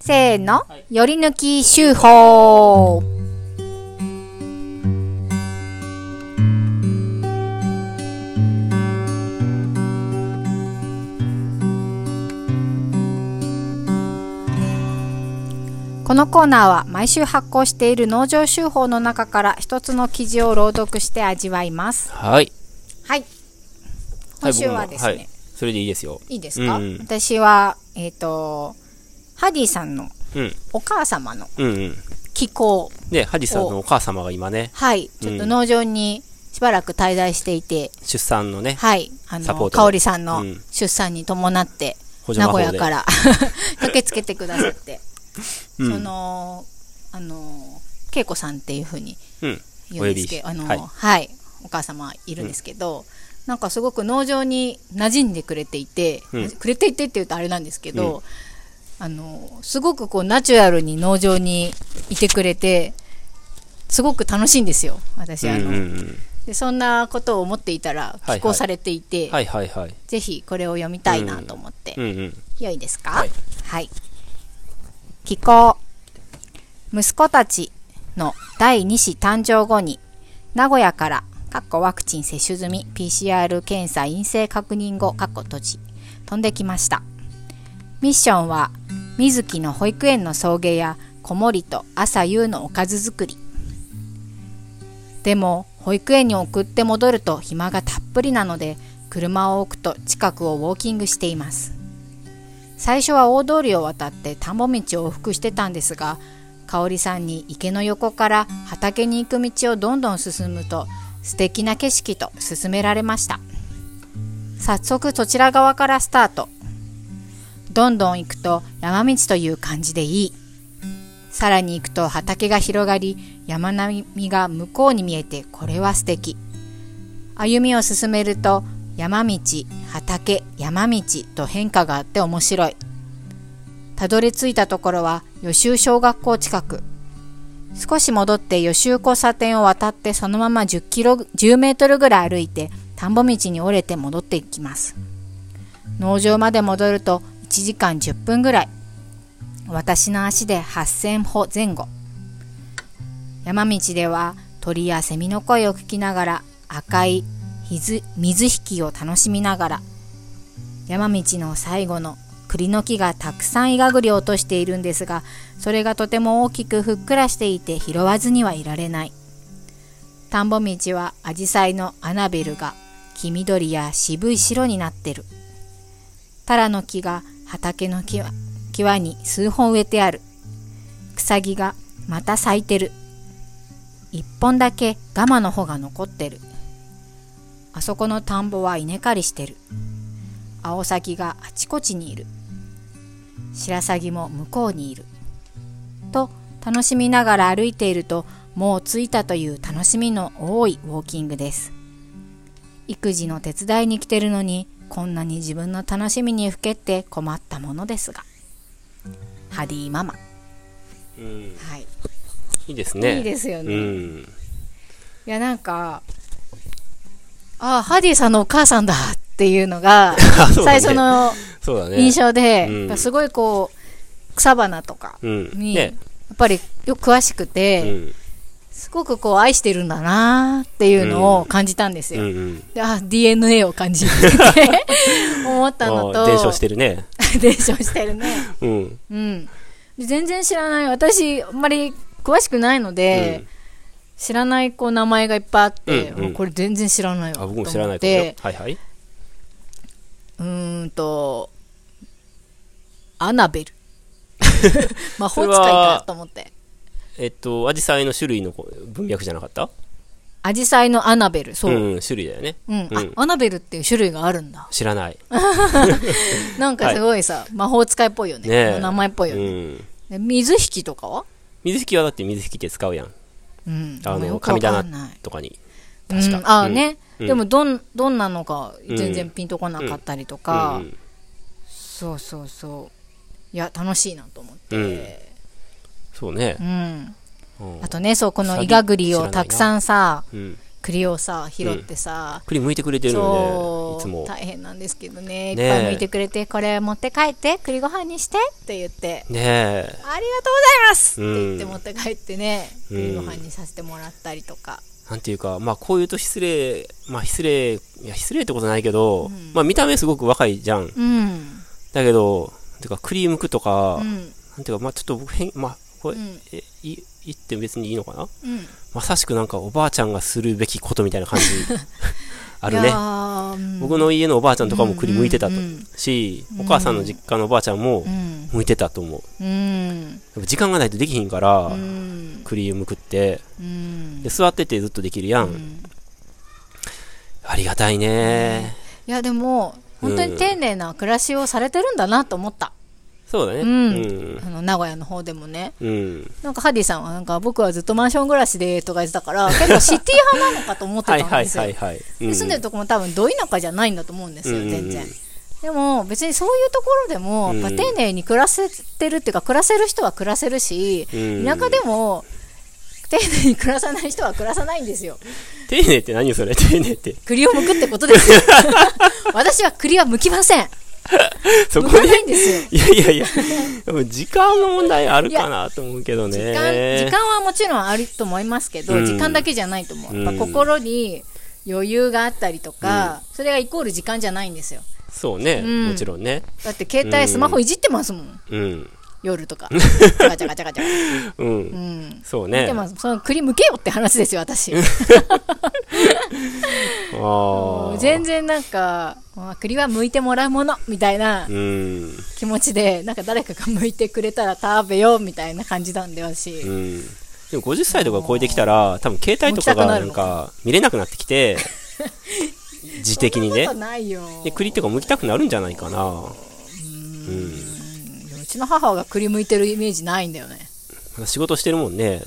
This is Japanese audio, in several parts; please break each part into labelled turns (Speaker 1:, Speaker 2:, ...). Speaker 1: せーの
Speaker 2: はい、
Speaker 1: より抜き手法。このコーナーは毎週発行している農場手法の中から一つの記事を朗読して味わいます。
Speaker 2: はい。
Speaker 1: はい。今週はですね、
Speaker 2: い、僕もいそれでいいですよ。
Speaker 1: い、いですか、
Speaker 2: うんうん
Speaker 1: 私は、えっ、と、ハディさんの
Speaker 2: うん。
Speaker 1: お母様の
Speaker 2: うんうん。
Speaker 1: 気候
Speaker 2: ね、ハジさんのお母様が今ね、
Speaker 1: はい、ちょっと農場にしばらく滞在していて、
Speaker 2: 出産のね、
Speaker 1: はい、あ
Speaker 2: サポ
Speaker 1: の、
Speaker 2: ート
Speaker 1: かおりさんの
Speaker 2: うん
Speaker 1: 出産に伴って、
Speaker 2: 補助
Speaker 1: 名
Speaker 2: 魔法
Speaker 1: 古
Speaker 2: で
Speaker 1: 屋から 駆けつけてくださって、
Speaker 2: うん
Speaker 1: その、あの、恵子さんっていうふうに
Speaker 2: うん。
Speaker 1: 言うんですけど、あの、は、
Speaker 2: はいい
Speaker 1: お母様いるんですけど、なんかすごく農場に馴染んでくれていて、
Speaker 2: うん
Speaker 1: くれていてって言うとあれなんですけど、あの、すごくこうナチュラルに農場にいてくれて、すごく楽しいんですよ、私。あの、
Speaker 2: うんうんうん。
Speaker 1: でそんなことを思っていたら
Speaker 2: はい
Speaker 1: 寄稿されていて、
Speaker 2: はいはいはい。
Speaker 1: ぜひこれを読みたいなと思って、
Speaker 2: うんうん。
Speaker 1: 良いですかは
Speaker 2: はいい、
Speaker 1: 寄稿息子たちの第2子誕生後に名古屋からかっこワクチン接種済み PCR 検査陰性確認後かっこ閉じ飛んできましたミッションは水木の保育園の送迎や子守と朝夕のおかず作りでも保育園に送って戻ると暇がたっぷりなので車を置くと近くをウォーキングしています最初は大通りを渡って田んぼ道を往復してたんですが香織さんに池の横から畑に行く道をどんどん進むと素敵な景色と勧められました早速そちら側からスタートどんどん行くと山道という感じでいいさらに行くと畑が広がり山並みが向こうに見えてこれは素敵歩みを進めると山道畑山道と変化があって面白いたどり着いたところは予習小学校近く少し戻って予習交差点を渡ってそのまま10キロ10メートルぐらい歩いて田んぼ道に折れて戻っていきます農場まで戻ると1時間10分ぐらい私の足で8000歩前後山道では鳥やセミの声を聞きながら赤い水水引きを楽しみながら山道の最後の栗の木がたくさんいがぐり落としているんですがそれがとても大きくふっくらしていて拾わずにはいられない田んぼ道はアジサイのアナベルが黄緑や渋い白になってるタラの木が畑の際際に数本植えてある草木がまた咲いてる一本だけガマの穂が残ってるあそこの田んぼは稲刈りしてる青サギがあちこちにいる白鷺も向こうにいると楽しみながら歩いているともう着いたという楽しみの多いウォーキングです育児の手伝いに来てるのにこんなに自分の楽しみにふけって困ったものですがハディママ、
Speaker 2: うん。
Speaker 1: はい、
Speaker 2: いいですね。
Speaker 1: いいですよね
Speaker 2: うん。
Speaker 1: いやなんかああハディさんのお母さんだっていうの が
Speaker 2: そう
Speaker 1: 最
Speaker 2: だね
Speaker 1: 初の
Speaker 2: そうだね。
Speaker 1: 印象で、
Speaker 2: うん
Speaker 1: やっぱすごいこう草花とか
Speaker 2: うん。
Speaker 1: に、や
Speaker 2: ね。
Speaker 1: っぱりよく詳しく
Speaker 2: う
Speaker 1: て、
Speaker 2: ん。
Speaker 1: すごくこう愛してるんだなっていうのを感じたんです
Speaker 2: う
Speaker 1: よ。
Speaker 2: んうん。
Speaker 1: であ DNA を感 じるって思ったの
Speaker 2: あ
Speaker 1: と
Speaker 2: ー伝承してるね。
Speaker 1: 伝承してるね。
Speaker 2: うん。
Speaker 1: うん、で全然知らない私あんまり詳しくないので、
Speaker 2: うん
Speaker 1: 知らないこう名前がいっぱいあって、
Speaker 2: うんうん
Speaker 1: これ全然知らないわ
Speaker 2: あ、
Speaker 1: と
Speaker 2: 僕
Speaker 1: 思
Speaker 2: も
Speaker 1: っ
Speaker 2: 知らないと思うよ
Speaker 1: て
Speaker 2: はいはい。
Speaker 1: うーんとアナ ベル魔法使いかと思って
Speaker 2: えっと、アジサイの種類のこう文脈じゃなかった
Speaker 1: アジサイのアナベルそう、うん
Speaker 2: ん、種類だよね。
Speaker 1: あ
Speaker 2: うん
Speaker 1: アナベルっていう種類があるんだ
Speaker 2: 知らない。
Speaker 1: なんかすごいさ、魔法使いっぽいよね
Speaker 2: ね え
Speaker 1: 名前っぽいよ
Speaker 2: う
Speaker 1: ね、
Speaker 2: ん。
Speaker 1: で水引きとかは
Speaker 2: 水引きはだって水引きって使うやん。
Speaker 1: うん
Speaker 2: あ
Speaker 1: よ
Speaker 2: の、
Speaker 1: くわ
Speaker 2: 神
Speaker 1: かん
Speaker 2: 棚
Speaker 1: ない
Speaker 2: とかに。
Speaker 1: 確か、
Speaker 2: か
Speaker 1: うん、ああね、
Speaker 2: うん
Speaker 1: でもどんどんなのか全
Speaker 2: う
Speaker 1: 然
Speaker 2: ん
Speaker 1: ピンとこなかったりと
Speaker 2: う
Speaker 1: か、
Speaker 2: ん
Speaker 1: そうそうそういや楽しいなと思って、
Speaker 2: うんそうね
Speaker 1: う。ん
Speaker 2: うん
Speaker 1: あとねそうこの
Speaker 2: 詐欺
Speaker 1: イガグリ
Speaker 2: 知ら
Speaker 1: を
Speaker 2: ないな
Speaker 1: たくさんさ
Speaker 2: うん。
Speaker 1: 栗をさ拾ってさ、
Speaker 2: 栗剥いてくれてるの
Speaker 1: そ
Speaker 2: で、いつ
Speaker 1: う
Speaker 2: も。
Speaker 1: 大変なんですけどねい
Speaker 2: ねえ
Speaker 1: っぱい剥いてくれてこれ持って帰って栗ご飯にしてって言って
Speaker 2: ねえ。
Speaker 1: ありがとうございます、
Speaker 2: う
Speaker 1: っ
Speaker 2: ん
Speaker 1: て言って持って帰ってね
Speaker 2: うん
Speaker 1: 栗ご飯にさせてもらったりとか、
Speaker 2: なんていうか、まあこういうと失礼、まあ失礼、いや失礼ってことないけど、まあ見た目すごく若いじゃ
Speaker 1: う
Speaker 2: ん。
Speaker 1: ん
Speaker 2: だけど、てかクリームくとか、
Speaker 1: うん
Speaker 2: なんていうか、まあちょっと僕変、まあこれ、
Speaker 1: うん
Speaker 2: えい言って別にいいのかな
Speaker 1: うん
Speaker 2: まさしくなんかおばあちゃんがするべきことみた いな感じある
Speaker 1: い
Speaker 2: ね
Speaker 1: や。ーうん
Speaker 2: 僕の家のおばあちゃんとかも栗剥いてたと、
Speaker 1: うんうん
Speaker 2: し、お母さんの実家のおばあちゃんも
Speaker 1: うん
Speaker 2: 剥いてたと思
Speaker 1: う
Speaker 2: う。
Speaker 1: ん
Speaker 2: やっぱ時間がないとできひんから、
Speaker 1: うん
Speaker 2: 栗剥くって、
Speaker 1: うん
Speaker 2: で座っててずっとできるやん。
Speaker 1: ん
Speaker 2: ありがたいね
Speaker 1: いやでも本当に丁寧な暮らしをされてるんだなと思った、
Speaker 2: そうだね。
Speaker 1: うん
Speaker 2: うん
Speaker 1: あの名古屋の方でもね
Speaker 2: うん。
Speaker 1: なんかハディさんはなんか僕はずっとマンション暮らしでとか言ってたから結構シティ派なのかと思って
Speaker 2: はい
Speaker 1: たん
Speaker 2: は
Speaker 1: で
Speaker 2: い
Speaker 1: すよ
Speaker 2: はいはい。
Speaker 1: で住んでるとこも多分ど田舎じゃないんだと思うんですよ、
Speaker 2: うん
Speaker 1: 全然
Speaker 2: うん。
Speaker 1: でも別にそういうところでも、
Speaker 2: うん
Speaker 1: やっぱ丁寧に暮らせてるっていうか暮らせる人は暮らせるし、
Speaker 2: うん
Speaker 1: 田舎でも丁寧に暮らさない人は暮らさないんですよ
Speaker 2: 丁寧って何それ丁寧 って。
Speaker 1: 栗を剥くってこと ですよ私は栗は剥きません
Speaker 2: そこ
Speaker 1: 剥
Speaker 2: で
Speaker 1: か。ないんですよ
Speaker 2: いやいやいや、でも時間の問題あるかなと思うけどね。
Speaker 1: 時間時間はもちろんあると思いますけど、
Speaker 2: うん
Speaker 1: 時間だけじゃないと思う、やっ
Speaker 2: うん
Speaker 1: ぱ心に余裕があったりとか、それがイコール時間じゃないんですよ
Speaker 2: そうね、
Speaker 1: うん
Speaker 2: もちろんね。
Speaker 1: だって携帯スマホいじってますもん、
Speaker 2: うん。
Speaker 1: 夜 とかチャカチャカチャカチャカ
Speaker 2: う。
Speaker 1: うんん
Speaker 2: そう
Speaker 1: 見
Speaker 2: ね。
Speaker 1: てますその栗むけよって話ですよ私
Speaker 2: ああ。
Speaker 1: 全然なんかまあ栗は剥いてもらうものみたいな
Speaker 2: うん。
Speaker 1: 気持ちでなんか誰かが剥いてくれたら食べようみたいな感じなんで私、
Speaker 2: うん。でも50歳とか超えてきたら、多分携帯とかがなん
Speaker 1: もう来たくな
Speaker 2: か見れなくなってき て、自的に
Speaker 1: そんな
Speaker 2: ね
Speaker 1: こと。ないよ
Speaker 2: で、栗とか剥きたくなるんじゃないかな。うん。
Speaker 1: うんうちの母が栗むいてるイメージないんだよね
Speaker 2: 仕事してるもん ね。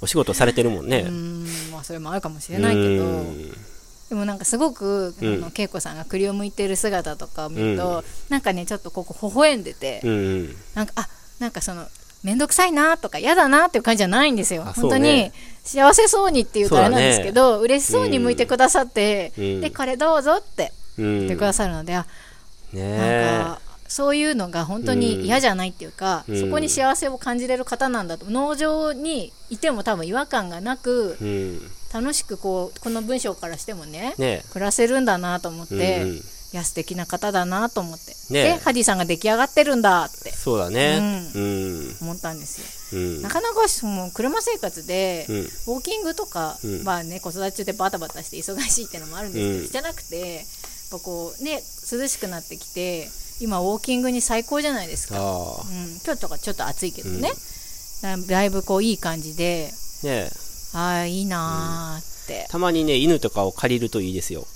Speaker 2: お仕事されてるもんね
Speaker 1: う。ーんまあそれもあるかもしれないけど
Speaker 2: うん
Speaker 1: でもなんかすごく、
Speaker 2: うん
Speaker 1: あの恵子さんが栗を剥いてる姿とかを見ると、
Speaker 2: う
Speaker 1: なんかねちょっとここ微笑んでて、
Speaker 2: うん。
Speaker 1: なんかあなんかその面倒くさいなとか嫌だなっていう感じじゃないんですよ、
Speaker 2: あそ
Speaker 1: 本
Speaker 2: うね
Speaker 1: 当に幸せそうにっていうとあれなんですけど、嬉しそうに剥いてくださって、
Speaker 2: うん
Speaker 1: でこれどうぞって
Speaker 2: うん。
Speaker 1: 言ってくださるので、あ
Speaker 2: ね
Speaker 1: なん
Speaker 2: え
Speaker 1: か。そういうのが本当に嫌じゃないっていうか、
Speaker 2: うん
Speaker 1: そこに幸せを感じれる方なんだと農場にいても多分違和感がなく
Speaker 2: うん。
Speaker 1: 楽しくこうこの文章からしてもね
Speaker 2: ね
Speaker 1: 暮らせるんだなと思って、
Speaker 2: え。うんうん
Speaker 1: いや素敵な方だなと思って、
Speaker 2: ねえ
Speaker 1: でハディさんが出来上がってるんだって
Speaker 2: そうだね。うん。
Speaker 1: 思ったんです
Speaker 2: うん
Speaker 1: よな。かなかその車生活で、
Speaker 2: うん
Speaker 1: ウォーキングとか、
Speaker 2: うん
Speaker 1: まあね、子育て中でバタバタして忙しいってのもあるんですけど、
Speaker 2: うん
Speaker 1: じゃなくてやっぱこう、ね、涼しくなってきて今ウォーキングに最高じゃないですか、
Speaker 2: あ
Speaker 1: うん、今日とかちょっと暑いけど
Speaker 2: うん
Speaker 1: ね、だだいぶこういい感じで
Speaker 2: あ。ねえ。
Speaker 1: ああいいなーって、
Speaker 2: たまにね、犬とかを借りるといいですよ。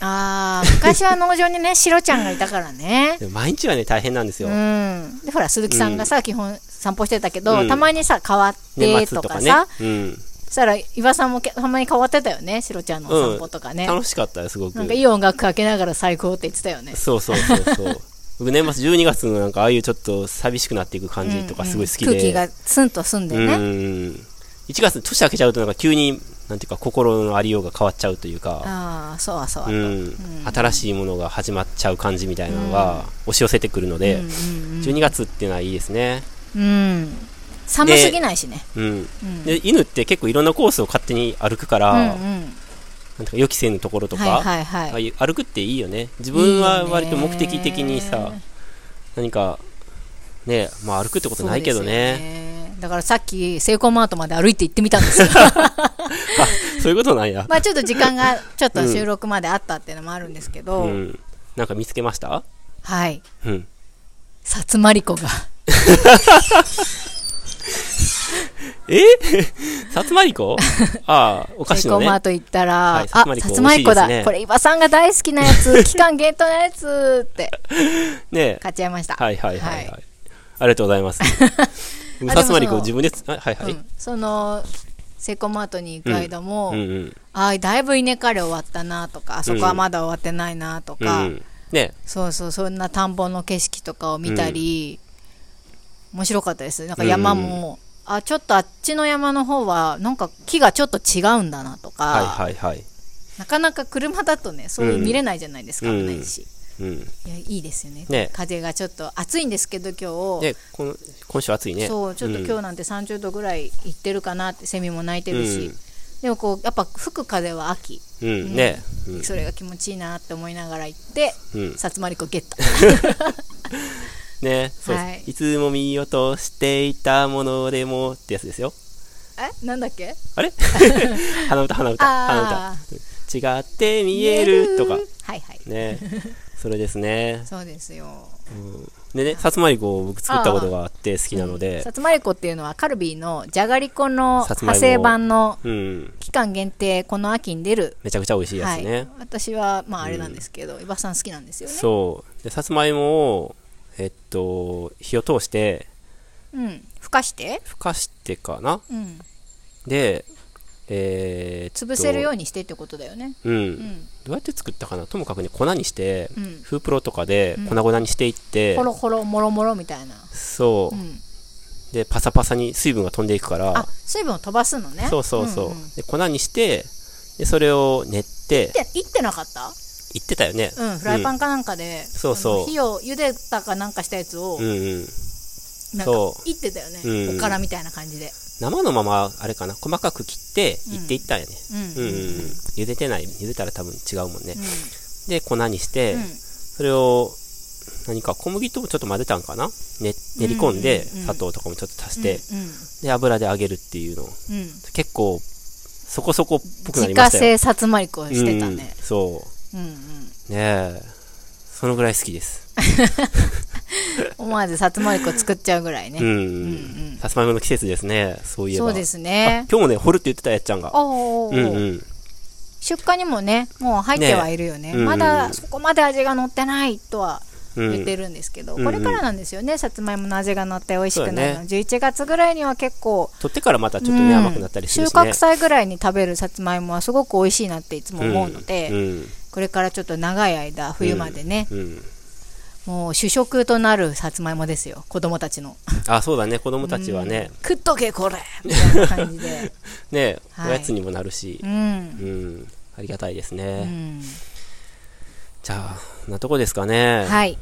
Speaker 1: ああ昔は農場にね シロちゃんがいたからね
Speaker 2: でも毎日はね、大変なんですよ。
Speaker 1: うん、でほら鈴木さんがさ、基本散歩してたけど、
Speaker 2: うん
Speaker 1: たまにさ変わって
Speaker 2: 年末
Speaker 1: と
Speaker 2: と
Speaker 1: か
Speaker 2: か
Speaker 1: さ
Speaker 2: ね。うん。
Speaker 1: そしたら岩さんもけたまに変わってたよねシロちゃんのお散歩とかね、
Speaker 2: 楽しかったよ、すごく
Speaker 1: なん。かいい音楽かけながら最高って言ってたよね
Speaker 2: そうそうそう そう。僕年末12月のなんかああいうちょっと寂しくなっていく感じとかすごい好きで。
Speaker 1: うんうん空気がスンと澄んでね、
Speaker 2: うん。1月年明けちゃうとなんか急に、なんていうか心のありようが変わっちゃうというか、
Speaker 1: ああそうはそうは
Speaker 2: う
Speaker 1: と、うん
Speaker 2: ん。新しいものが始まっちゃう感じみたいなのが押し寄せてくるので、12月っていうのはいいですね。
Speaker 1: うん寒すぎないしね
Speaker 2: うん。
Speaker 1: うん
Speaker 2: で、犬って結構いろんなコースを勝手に歩くから、
Speaker 1: うんう
Speaker 2: なん
Speaker 1: ん
Speaker 2: ていうか予期せぬところとか、
Speaker 1: はいはいはい、
Speaker 2: ああいう歩くっていいよね自分はい
Speaker 1: いよね
Speaker 2: 割と目的的にさ何かねまあ歩くってことないけどね
Speaker 1: そうですよねだからさっきセイコーマートまで歩いて行ってみたんです よ
Speaker 2: あそういうことなんや、
Speaker 1: まあちょっと時間がちょっと収録まであったっていうのもあるんですけど、
Speaker 2: うんなんか見つけました
Speaker 1: はい
Speaker 2: うん
Speaker 1: さつまりこが
Speaker 2: えさつま いこああお菓子
Speaker 1: セイコ
Speaker 2: の
Speaker 1: ーマー
Speaker 2: ね
Speaker 1: ト行ったら、
Speaker 2: はい
Speaker 1: あ
Speaker 2: さ
Speaker 1: さ
Speaker 2: つ
Speaker 1: つ
Speaker 2: ま
Speaker 1: ま
Speaker 2: い
Speaker 1: い
Speaker 2: こ
Speaker 1: こ
Speaker 2: 美味し
Speaker 1: だ、
Speaker 2: いですね
Speaker 1: これ岩さんが大好きなや つ期間限定のやつって
Speaker 2: ね
Speaker 1: 買っちゃいました
Speaker 2: はいはいはいはい、
Speaker 1: は
Speaker 2: ありがとうございます 僕
Speaker 1: あ
Speaker 2: さつまい
Speaker 1: で
Speaker 2: こ
Speaker 1: もその
Speaker 2: 自分でつあはいはい、
Speaker 1: うん、そのセイコーマートに行く間も、
Speaker 2: うんうん
Speaker 1: あーだいぶ稲刈り終わったなとかあそこはまだ終わってないなと
Speaker 2: うん
Speaker 1: か、
Speaker 2: うんね
Speaker 1: そうそうそんな田んぼの景色とかを見たり、面白かったですなんか山もあちょっとあっちの山の方はなんか木がちょっと違うんだなとか、
Speaker 2: はいはいはい。
Speaker 1: なかなか車だとねそういう見れないじゃないですか、
Speaker 2: うん
Speaker 1: 危ないし
Speaker 2: うん。
Speaker 1: いやいいですよね
Speaker 2: ね
Speaker 1: 風がちょっと暑いんですけど今日、
Speaker 2: ね、この今週暑いね。
Speaker 1: そうちょっと今日なんて30度ぐらいいってるかなってセミも鳴いてるし、
Speaker 2: うん
Speaker 1: でもこうやっぱ吹く風は秋、
Speaker 2: うん、うん、ね、うん
Speaker 1: それが気持ちいいなって思いながら行って、
Speaker 2: うん
Speaker 1: さつまりこゲット
Speaker 2: ね、そうです、
Speaker 1: はい
Speaker 2: い、つも見落としていたものでもってやつですよ。
Speaker 1: えなんだっけ
Speaker 2: あれ鼻歌、鼻歌、鼻
Speaker 1: あ
Speaker 2: 歌。違って見えるとか。
Speaker 1: はいはい
Speaker 2: ね、それですね。
Speaker 1: そうですよ
Speaker 2: でね、さつまいこを僕作ったことがあって好きなので
Speaker 1: さ、つまりこっていうのはカルビーのじゃがりこの
Speaker 2: さつまい
Speaker 1: 派生
Speaker 2: も
Speaker 1: 版の
Speaker 2: うん、
Speaker 1: 期間限定この秋に出る
Speaker 2: めちゃくちゃ美味しいやつね。
Speaker 1: はい、私はまああれなんですけど、伊庭さん好きなんですよね
Speaker 2: そう。で、さつまいもを、えっと、火を通して、
Speaker 1: うんふかして、
Speaker 2: ふかしてかな
Speaker 1: うん、
Speaker 2: で、えー、
Speaker 1: 潰せるよう
Speaker 2: に。
Speaker 1: にしてってことだよね
Speaker 2: うん。
Speaker 1: うん
Speaker 2: どうやって作ったかなともかくね、粉にして、
Speaker 1: うん
Speaker 2: フープロとかで粉々にしていって、
Speaker 1: ほろほろもろもろみたいな
Speaker 2: そう、
Speaker 1: うん
Speaker 2: で、パサパサに水分が飛んでいくか
Speaker 1: あ
Speaker 2: ら、
Speaker 1: 水分を飛ばすのね
Speaker 2: そうそうそう、
Speaker 1: んん
Speaker 2: で、粉にして、で、それを練って、
Speaker 1: でいってなかった
Speaker 2: いってたよね。
Speaker 1: うんフライパンかなんかで、
Speaker 2: そうそう
Speaker 1: あの火を茹でたかなんかしたやつを、
Speaker 2: うんうん。
Speaker 1: なんか
Speaker 2: そ
Speaker 1: いってたよね、
Speaker 2: うん
Speaker 1: おからみたいな感じで
Speaker 2: 生のまま、あれかな、細かく切って、いっていったんやね。
Speaker 1: うん
Speaker 2: う
Speaker 1: うんん
Speaker 2: うん
Speaker 1: う
Speaker 2: うん
Speaker 1: ん
Speaker 2: 茹でてない。茹でたら多分違うもんね。
Speaker 1: う
Speaker 2: で、粉にして、
Speaker 1: ん
Speaker 2: それを、何か小麦ともちょっと混ぜたんかな、ね、練り込んで、
Speaker 1: うんうんうん
Speaker 2: 砂糖とかもちょっと足して、
Speaker 1: うん
Speaker 2: で、油で揚げるっていうの。
Speaker 1: うんうん
Speaker 2: 結構、そこそこっぽく
Speaker 1: 自
Speaker 2: なりま
Speaker 1: 家
Speaker 2: したよ。
Speaker 1: 製さつまいこをしてた
Speaker 2: うんうん
Speaker 1: ね、
Speaker 2: そ
Speaker 1: うんうん
Speaker 2: う。ねえ。そのぐらい好きです。
Speaker 1: 思わずさつまいこ作っちゃうぐらいね、
Speaker 2: うん
Speaker 1: うんうん。
Speaker 2: さつまいもの季節ですね。そういえば。
Speaker 1: そうです
Speaker 2: あ
Speaker 1: ね
Speaker 2: 今日もね、掘るって言ってたやっちゃんが。
Speaker 1: おーお
Speaker 2: う
Speaker 1: ーおー
Speaker 2: んうん。
Speaker 1: 出荷にもねもう入ってはいるよね
Speaker 2: ねうん
Speaker 1: まだそこまで味が乗ってないとは
Speaker 2: うん
Speaker 1: 言ってるんですけど、
Speaker 2: うん
Speaker 1: これからなんですよねさつまいもの味が乗って美味しく
Speaker 2: そう
Speaker 1: な
Speaker 2: だ
Speaker 1: る
Speaker 2: ね
Speaker 1: の、11月ぐらいには結構
Speaker 2: 取ってからまたちょっとね、
Speaker 1: うん
Speaker 2: 甘くなったりするし、ね。
Speaker 1: 収穫祭ぐらいに食べるさつまいもはすごく美味しいなっていつも思うので、
Speaker 2: うんうん
Speaker 1: これからちょっと長い間冬までね、
Speaker 2: うん
Speaker 1: もう主食となるさつまいもですよ子供たちの
Speaker 2: あそうだね子供たちはね、
Speaker 1: 食っとけこれみたいな感じで
Speaker 2: ね
Speaker 1: はい
Speaker 2: おやつにもなるし
Speaker 1: う、
Speaker 2: うん
Speaker 1: ん、
Speaker 2: ありがたいです
Speaker 1: う
Speaker 2: ね、
Speaker 1: ん
Speaker 2: じゃあこんなとこですかね
Speaker 1: はい